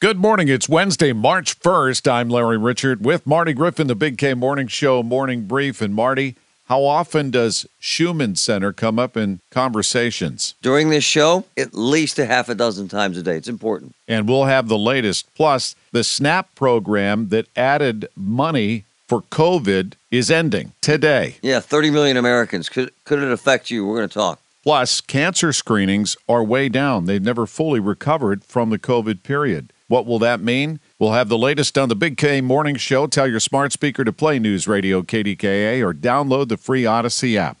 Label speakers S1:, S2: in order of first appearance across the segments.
S1: Good morning. It's Wednesday, March 1st. I'm Larry Richard with Marty Griffin, the Big K Morning Show Morning Brief. And Marty, how often does Schumann Center come up in conversations?
S2: During this show, at least a half a dozen times a day. It's important.
S1: And we'll have the latest. Plus, the SNAP program that added money for COVID is ending today.
S2: Yeah, 30 million Americans. Could, could it affect you? We're going to talk.
S1: Plus, cancer screenings are way down. They've never fully recovered from the COVID period. What will that mean? We'll have the latest on the Big K Morning Show. Tell your smart speaker to play News Radio KDKA or download the free Odyssey app.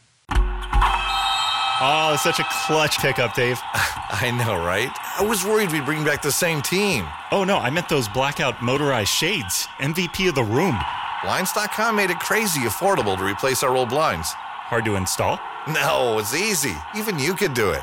S3: Oh, such a clutch pickup, Dave.
S4: I know, right? I was worried we'd bring back the same team.
S3: Oh, no, I meant those blackout motorized shades. MVP of the room.
S4: Blinds.com made it crazy affordable to replace our old blinds.
S3: Hard to install?
S4: No, it's easy. Even you could do it.